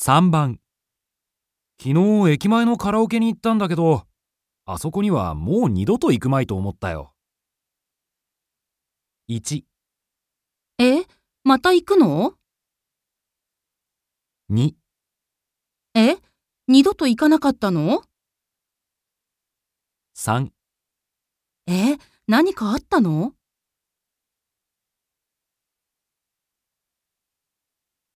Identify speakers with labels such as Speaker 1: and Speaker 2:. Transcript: Speaker 1: 3番昨日駅前のカラオケに行ったんだけどあそこにはもう二度と行くまいと思ったよ1
Speaker 2: え、また行くの
Speaker 1: 2
Speaker 2: え、二度と行かなかったの
Speaker 1: 3
Speaker 2: え、何かあったの